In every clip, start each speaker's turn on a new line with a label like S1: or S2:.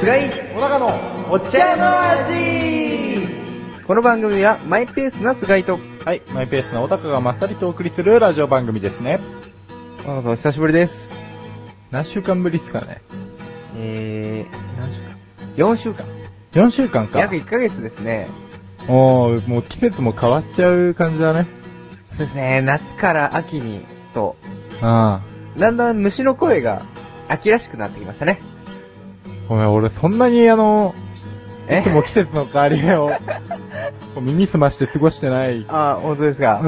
S1: 菅井小高のお茶の味この番組はマイペースな菅井と、
S2: はい、マイペースなオタクがまったりとお送りするラジオ番組ですね。
S1: 小高さんお久しぶりです。
S2: 何週間ぶりですかね
S1: えー、何週間 ?4 週間。
S2: ?4 週間か。
S1: 約1ヶ月ですね。
S2: おー、もう季節も変わっちゃう感じだね。
S1: そうですね、夏から秋に、と、
S2: あ
S1: だんだん虫の声が秋らしくなってきましたね。
S2: あ。ごめん、俺そんなにあの、
S1: え
S2: いつも季節の変わり目 を、こう耳澄まして過ごしてない。うん。
S1: あー、本当ですか。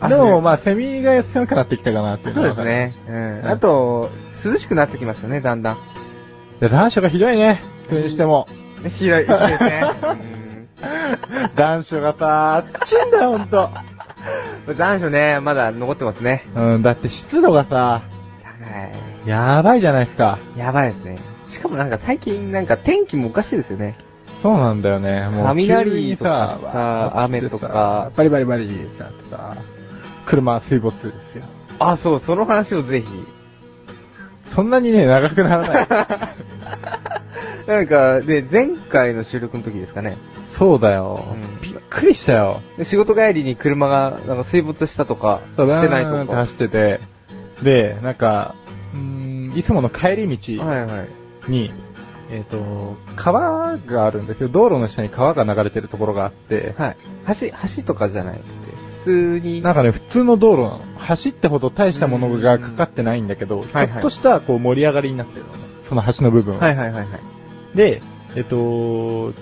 S1: あ
S2: でもまあ、セミが少なくなってきたかなっていう
S1: そ
S2: の
S1: う
S2: は
S1: です。ね。うん。あと、涼しくなってきましたね、だんだん。
S2: いや、残暑がひどいね。それにしても。
S1: ひ どい、ひどいですね。
S2: 残暑がさ、あっちんだよ、ほんと。
S1: うん残暑ね、まだ残ってますね。
S2: うん、だって湿度がさ、
S1: は
S2: やばいじゃないですか。
S1: い。やばいですね。しかもなんか最近なんか天気もおかしいですよね。
S2: そうなんだよね。もう
S1: 雷とかさ
S2: 急にわー
S1: 雨とか
S2: バリバリバリってなってさ、車水没ですよ。
S1: あ、そう、その話をぜひ。
S2: そんなにね、長くならない。
S1: なんか、で、前回の収録の時ですかね。
S2: そうだよ、
S1: うん
S2: びっくりしたよ。
S1: で仕事帰りに車がなんか水没したとか、し
S2: そう、
S1: てないと
S2: バーンって
S1: か。は
S2: 走ってて、で、なんか、うーん、いつもの帰り
S1: い
S2: 道
S1: はい。
S2: に、えっ、と、川があるんですよ。道路の下に川が流れてるところがあって、
S1: はい。橋、橋とかじゃないって。普通に。
S2: なんかね、普通の道路なの。走ってほど大したものがかかってないんだけど、ちょ
S1: はいはい
S2: っとしたこう盛り上がりになってるのね。その橋の部分は
S1: はいはいはいはい。
S2: で、えっと、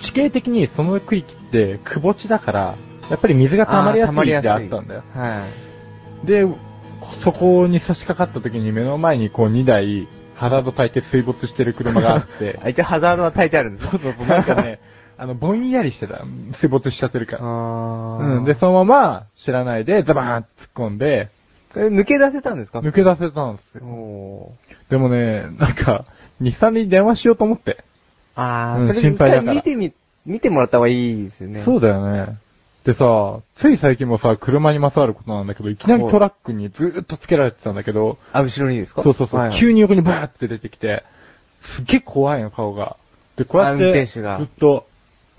S2: 地形的にその区域って窪地だから、やっぱり水が溜まりやすいってあったんだよ。
S1: はい。
S2: で、そこに差し掛かった時に目の前にこう2台、ハザード焚いて水没してる車があって、
S1: あ、一応ハザードは焚いてあるんです
S2: そうそうそう、なんかね、あの、ぼんやりしてた。水没しちゃってるから。
S1: あー
S2: うん。で、そのまま知らないで、ザバーンって突っ込んで、
S1: え抜け出せたんですか
S2: 抜け出せたんですよ。
S1: おー
S2: でもね、なんか、2、3人電話しようと思って。
S1: あー、
S2: うん
S1: それ
S2: 心配だから
S1: 一回見てみ、見てもらった方がいいですよね。
S2: そうだよね。でさ、つい最近もさ、車にまつわることなんだけど、いきなりトラックにずーっとつけられてたんだけど、
S1: あ、後ろにですか
S2: そうそうそう、
S1: はい
S2: 急に横にバーって出てきて、すっげえ怖いの顔が。で、こうやっ
S1: あ運
S2: て、
S1: 転
S2: ず
S1: 手が
S2: っと、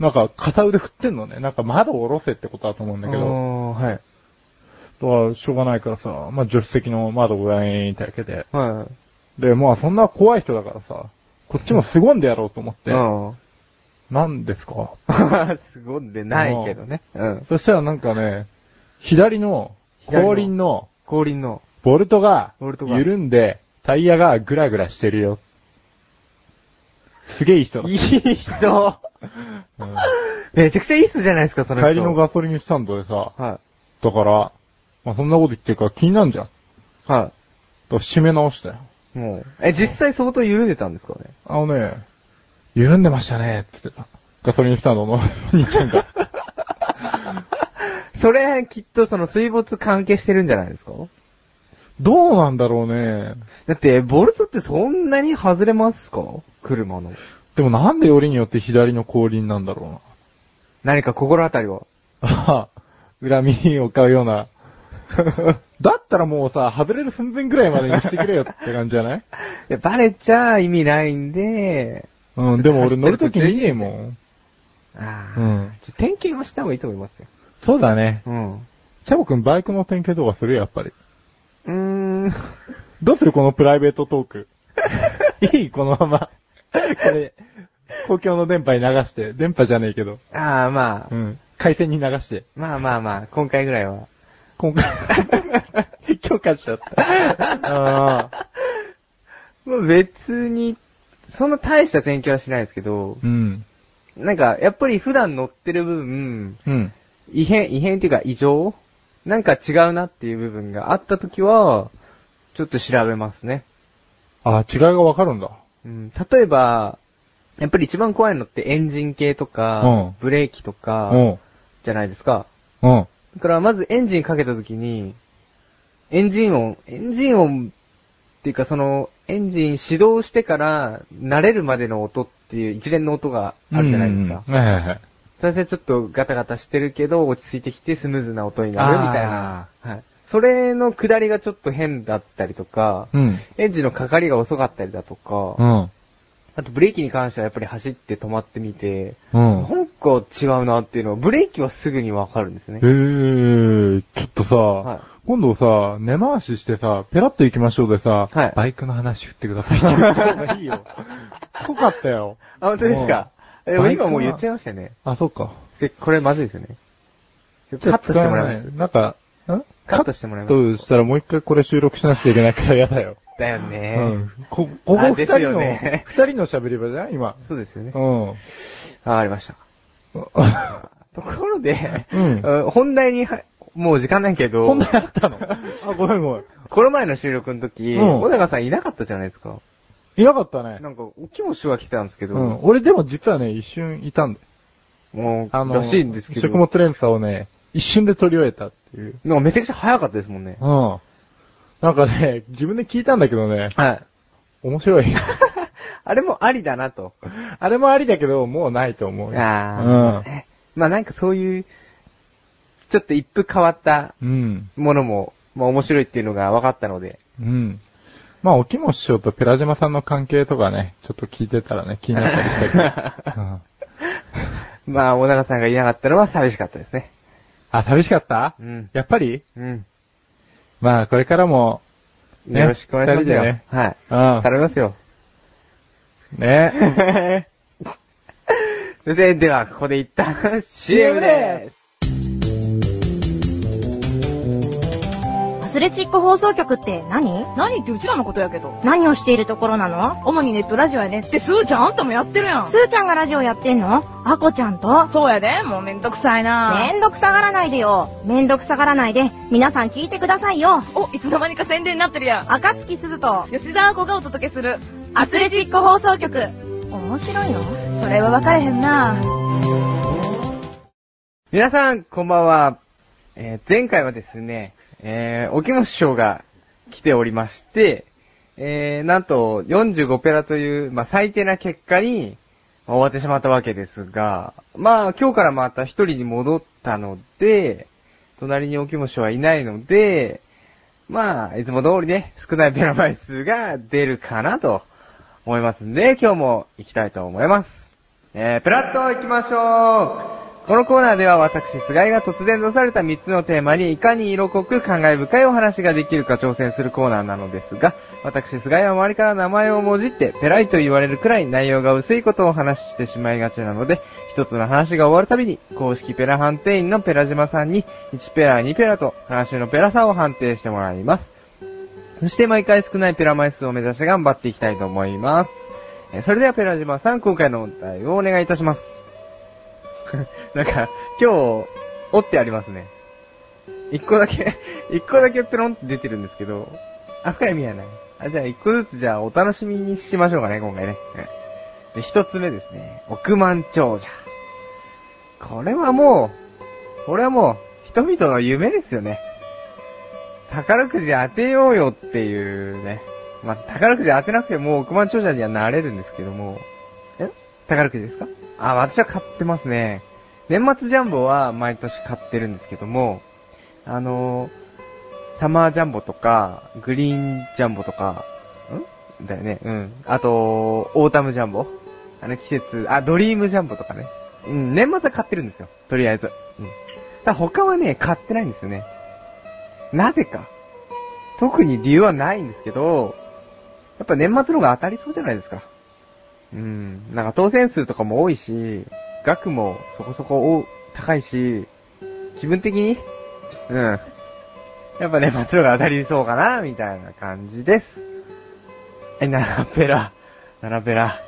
S2: なんか片腕振ってんのね。なんか窓を下ろせってことだと思うんだけど、
S1: おーはい。
S2: とはしょうがないからさ、まあ助手席の窓をウェーンって開けて、
S1: は
S2: で、まあそんな怖い人だからさ、こっちも凄んでやろうと思っ
S1: い。
S2: て、
S1: う
S2: なんですか
S1: ん。 すごんでないけどね。うん。
S2: そしたらなんかね、左の後輪の、
S1: 後輪の。
S2: ボルトが
S1: ボルトが
S2: 緩んで、タイヤがグラグラしてるよ。すげえいい人だ。
S1: いい人。
S2: うん
S1: めちゃくちゃいい人じゃないですか、その人。
S2: 帰りのガソリンスタンドでさ、
S1: は
S2: だから、まあ、そんなこと言ってるから気になるじゃん。だか
S1: い。は
S2: ら締め直したよ。
S1: い。もう。え、実際相当緩んでたんですかね
S2: あのね、緩んでましたね、って言ってた。ガソリンスタンドの お兄ちゃんが。
S1: それ、きっとその水没関係してるんじゃないですか
S2: どうなんだろうね。
S1: だって、ボルトってそんなに外れますか車の。
S2: でもなんでよりによって左の後輪なんだろ
S1: 何か心当たりは。
S2: うな。 ああ、恨みを買うよ うな。だったらもうさ、外れる寸前ぐらいまでにしてくれよって感じじゃない
S1: いやバレちゃ意味ないんで、
S2: うん、でも俺乗るとき見ねえもん。
S1: あ
S2: う
S1: ー
S2: ん。
S1: ちょ点検はした方がいいと思いますよ。
S2: そうだね。
S1: うん。
S2: チャボくんバイクの点検とかするよ、やっぱり。
S1: うーん。
S2: どうするこのプライベートトー ク。いいこのまま。これ、公共の電波に流して。電波じゃねえけど。
S1: ああ、まあ、
S2: うん。回線に流して。
S1: まあまあまあ、今回ぐらいは。
S2: 今回、 許可しちゃった。ああ。
S1: まあ別に、そんな大した点検はしないですけど、
S2: うん。
S1: なんか、やっぱり普段乗ってる分、
S2: うん。
S1: 異変、異変っていうか異常なんか違うなっていう部分があった時は、ちょっと調べますね。
S2: ああ、違いがわかるんだ。
S1: うん、例えば、やっぱり一番怖いのってエンジン系とか、
S2: うん
S1: ブレーキとか、
S2: うん。
S1: じゃないですか。
S2: うん。
S1: だから、まずエンジンかけた時に、エンジン音、エンジン音っていうかその、エンジン始動してから慣れるまでの音っていう一連の音があるじゃないですか。
S2: うんはいはいはい。
S1: 最初ちょっとガタガタしてるけど、落ち着いてきてスムーズな音になるみたいな。はい。それの下りがちょっと変だったりとか、
S2: うん。
S1: エンジンのかかりが遅かったりだとか、
S2: うん。
S1: あとブレーキに関してはやっぱり走って止まってみて、
S2: うん。へ
S1: なんか違うなっていうのは、ブレーキはすぐにわかるんですね
S2: え。ー、ちょっとさ、
S1: い
S2: 今度さ、根回ししてさ、ペラッと行きましょうでさ、
S1: はい
S2: バイクの話振ってくださいって言った方がいいよ。濃かったよ。
S1: あ、本当ですか。
S2: うん
S1: でも
S2: バイク
S1: 今
S2: は
S1: もう言っちゃいましたよね。
S2: あ、そうか。
S1: でこれまずいですよね。カットしてもらいます。
S2: なんか、ん
S1: カットしてもらい
S2: カ
S1: ます
S2: ットしたらもう一回これ収録しなくちゃいけないから嫌 だよ。
S1: だよ
S2: う
S1: ね
S2: ん。。こ、ここ二
S1: で
S2: 人
S1: すよ
S2: の、
S1: ね
S2: 二人の喋り場じゃん今。
S1: そうですよね
S2: う。ん。
S1: あ、ありました。ところで、
S2: うん
S1: うん本題には、もう時間ないけど、
S2: こんなやっ たのあ、ごめんごめん。
S1: この前の収録の時、
S2: うん
S1: 小高さんいなかったじゃないですか。
S2: いなかったね。
S1: なんか、大きいお手話来てたんですけど、
S2: うん。俺でも実はね、一瞬いたんだよ。
S1: もう、
S2: あの、
S1: らしいんですけど、
S2: 食物連鎖をね、一瞬で取り終えたっていう。
S1: なんかめちゃくちゃ早かったですもんね。
S2: うん。なんかね、自分で聞いたんだけどね、
S1: はい。
S2: 面白い。
S1: あれもありだなと。
S2: あれもありだけど、もうないと思うよ。
S1: あーまあなんかそういう、ちょっと一風変わった
S2: うん。うん。
S1: ものも、まあ面白いっていうのが分かったので。
S2: うん。まあ、沖本師匠とペラ島さんの関係とかね、ちょっと聞いてたらね、気になったりした けど。うん、
S1: まあ、小高さんがいなかったのは寂しかったですね。
S2: あ、寂しかった
S1: うん。
S2: やっぱり
S1: うん。
S2: まあ、これからも、ね
S1: よろしくお願いしますよ。
S2: 二人でね
S1: はい。
S2: うん。
S1: 頼みます よ。
S2: ね。
S1: で、では、ここで一旦 CM で
S3: アスレチック放送局って何
S4: 何ってうちらのことやけど。
S3: 何をしているところなの
S4: 主にネットラジオやねって、すーちゃんあんたもやってるやん。
S3: すーちゃんがラジオやってんのあこちゃんと
S4: そうやで、もうめんどくさいな
S3: めんどくさがらないでよ。めんどくさがらないで、皆さん聞いてくださいよ。
S4: お、いつの間にか宣伝になってるやん。
S3: 赤月すずと、
S4: 吉田亜子がお届けする。
S3: アスレチック放送局。面白いの
S4: それは分かれへんな
S1: 皆さん、こんばんは。えー前回はですね、えー、沖本師匠が来ておりまして、えー、なんと、45ペラという、まあ、最低な結果に、終わってしまったわけですが、まあ、今日からまた一人に戻ったので、隣に沖本師匠はいないので、まあ、いつも通りね、少ないペラ枚数が出るかなと思いますんで、今日も行きたいと思います。えー、ペラッと行きましょうこのコーナーでは私、菅井が突然出された3つのテーマにいかに色濃く感慨深いお話ができるか挑戦するコーナーなのですが、私、菅井は周りから名前をもじって、ペライと言われるくらい内容が薄いことをお話ししてしまいがちなので、一つの話が終わるたびに、公式ペラ判定員のペラ島さんに、1ペラ、2ペラと話のペラさを判定してもらいます。そして毎回少ないペラ枚数を目指して頑張っていきたいと思います。えーそれではペラ島さん、今回の問題をお願いいたします。 なんか、今日、折ってありますね。一個だけ、 一個だけペロンって出てるんですけど、あ、深い意味はない。あ、じゃあ一個ずつじゃあお楽しみにしましょうかね、今回ね。うんで、一つ目ですね。億万長者。これはもう、これはもう、人々の夢ですよね。宝くじ当てようよっていうね。まあ、宝くじ当てなくても億万長者にはなれるんですけども。え宝くじですかあ、私は買ってますね。年末ジャンボは毎年買ってるんですけども、あのーサマージャンボとか、グリーンジャンボとか、んだよね、うん。あと、オータムジャンボあの季節、あ、ドリームジャンボとかね。うん、年末は買ってるんですよ。とりあえず。うん。ただ他はね、買ってないんですよね。なぜか。特に理由はないんですけど、やっぱ年末の方が当たりそうじゃないですか。うん。なんか当選数とかも多いし、額もそこそこお高いし、気分的にうん。やっぱ年末の方が当たりそうかな、みたいな感じです。え、ナラペラ。ナラペラ。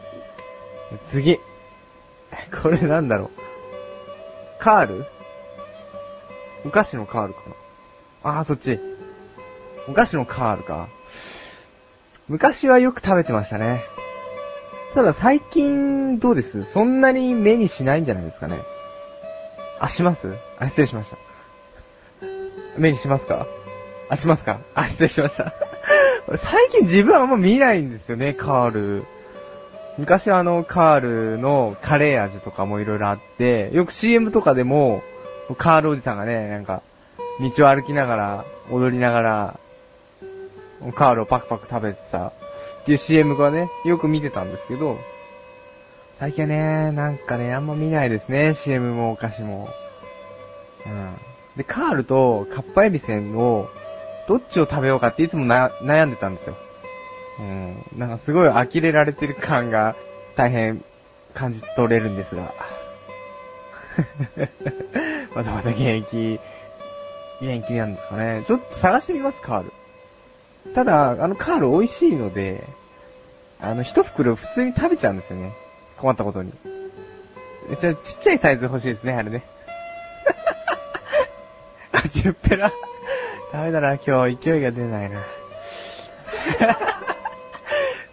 S1: 次。これなんだろう。カールお菓子のカールかな。あー、そっち。お菓子のカールか。昔はよく食べてましたね。ただ最近、どうですそんなに目にしないんじゃないですかね。あ、しますあ、失礼しました。目にしますかあ、しますかあ、失礼しました。俺最近自分はあんま見ないんですよね、カール。昔はあの、カールのカレー味とかもいろいろあって、よく CM とかでも、カールおじさんがね、なんか、道を歩きながら、踊りながら、カールをパクパク食べてたっていう CM がね、よく見てたんですけど、最近はね、なんかね、あんま見ないですね、CM もお菓子も。うん。で、カールとカッパエビセンを、どっちを食べようかっていつもな悩んでたんですよ。うん。なんかすごい呆れられてる感が、大変感じ取れるんですが。 まだまだ現役、現役なんですかね。ちょっと探してみます、カール。ただ、あのカール美味しいので、あの、一袋普通に食べちゃうんですよね。困ったことに。えちょ、ちっちゃいサイズ欲しいですね、あれね。 あ、ジュッペラ。ダメだな、今日勢いが出ない な。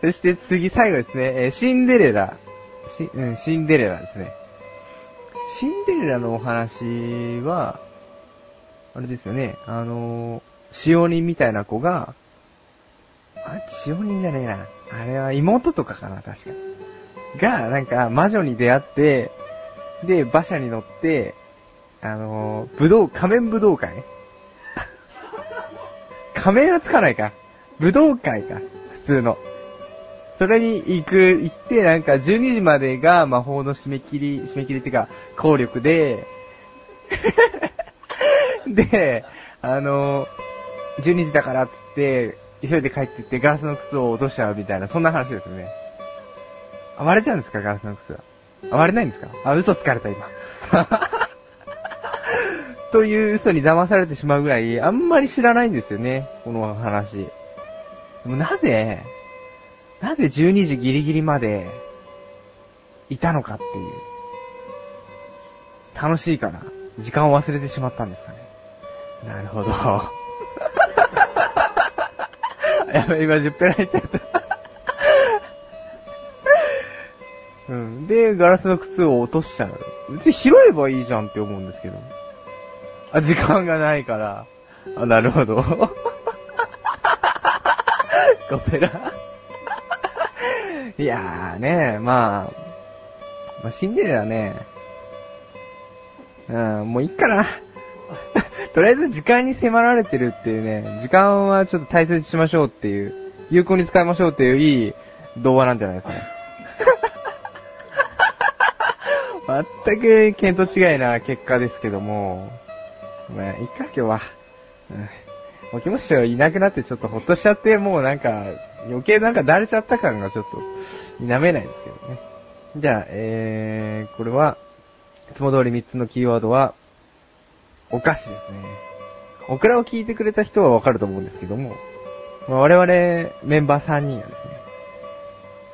S1: そして次、最後ですね。えーシンデレラ。し、うん、シンデレラですね。シンデレラのお話は、あれですよね、あのー、使用人みたいな子が、あれ、使用人じゃねえな。あれは妹とかかな、確か。が、なんか、魔女に出会って、で、馬車に乗って、あのー、武道、仮面武道会 仮面はつかないか。武道会か。普通の。それに行く、行って、なんか、12時までが魔法の締め切り、締め切りっていうか、効力で、 で、あの、12時だからっつって、急いで帰ってってガラスの靴を落としちゃうみたいな、そんな話ですよね。あ、割れちゃうんですかガラスの靴は。あ、割れないんですかあ、嘘つかれた今。 という嘘に騙されてしまうぐらい、あんまり知らないんですよね、この話。でもなぜ、なぜ12時ギリギリまで、いたのかっていう。楽しいから、時間を忘れてしまったんですかね。なるほど。 やばい、今10ペラ入っちゃった。うん。で、ガラスの靴を落としちゃう。うち拾えばいいじゃんって思うんですけど。あ、時間がないから。あ、なるほど。 ごペラ。いやーね、まあ、まあ、シンデレラね、うん、もういいかな。 とりあえず時間に迫られてるっていうね、時間はちょっと大切にしましょうっていう、有効に使いましょうっていういい動画なんじゃないですかね。全く見当違いな結果ですけども、まあ、いいか、今日は。うんもう気持ちいなくなってちょっとほっとしちゃって、もうなんか、余計なんかだれちゃった感がちょっと、否めないですけどね。じゃあ、えー、これは、いつも通り3つのキーワードは、お菓子ですね。オクラを聞いてくれた人はわかると思うんですけども、まあ、我々メンバー3人がですね、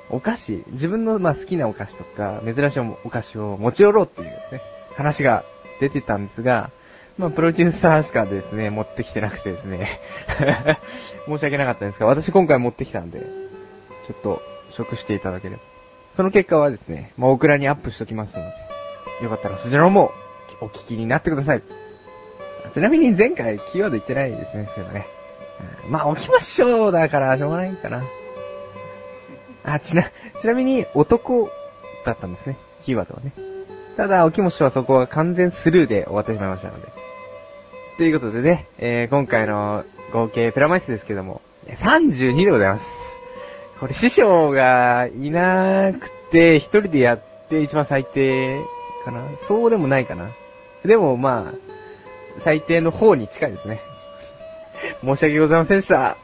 S1: お菓子、自分のまあ好きなお菓子とか、珍しいお菓子を持ち寄ろうっていうね、話が出てたんですが、まあ、プロデューサーしかですね、持ってきてなくてですね、 申し訳なかったんですが、私今回持ってきたんで、ちょっと、食していただければ。その結果はですね、まあ、オクラにアップしときますので、よかったらそちらの方も、お聞きになってください。ちなみに前回キーワード言ってないですね、そういえばね。うんまあ、起きましょうだから、しょうがないかな。あ、ちな、ちなみに男だったんですね、キーワードはね。ただ、起きましょうはそこは完全スルーで終わってしまいましたので。ということでね、えー今回の合計プラマイスですけども、32でございます。これ師匠がいなくて、一人でやって一番最低かなそうでもないかなでもまあ、最低の方に近いですね。 申し訳ございませんでした。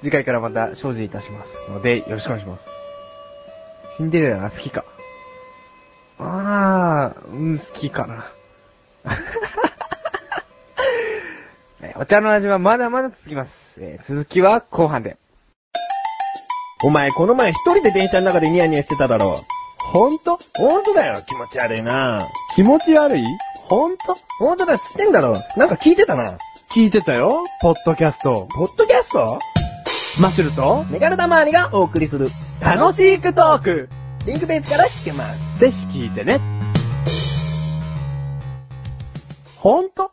S1: 次回からまた精進いたしますので、よろしくお願いします。シンデレラが好きか。あー、うん、好きかな。 えーお茶の味はまだまだ続きます。えー続きは後半で。
S5: お前、この前一人で電車の中でニヤニヤしてただろ。ほんとほんとだよ。気持ち悪いな。
S2: 気持ち悪い
S5: ほんとほんとだっつってんだろ。なんか聞いてたな。
S2: 聞いてたよ、ポッドキャスト。
S5: ポッドキャスト
S2: マッシュルと、
S5: メガネ玉ーニがお送りする。
S2: 楽しいクトーク
S5: リンクページから聞けます。
S2: ぜひ聞いてね。ほんと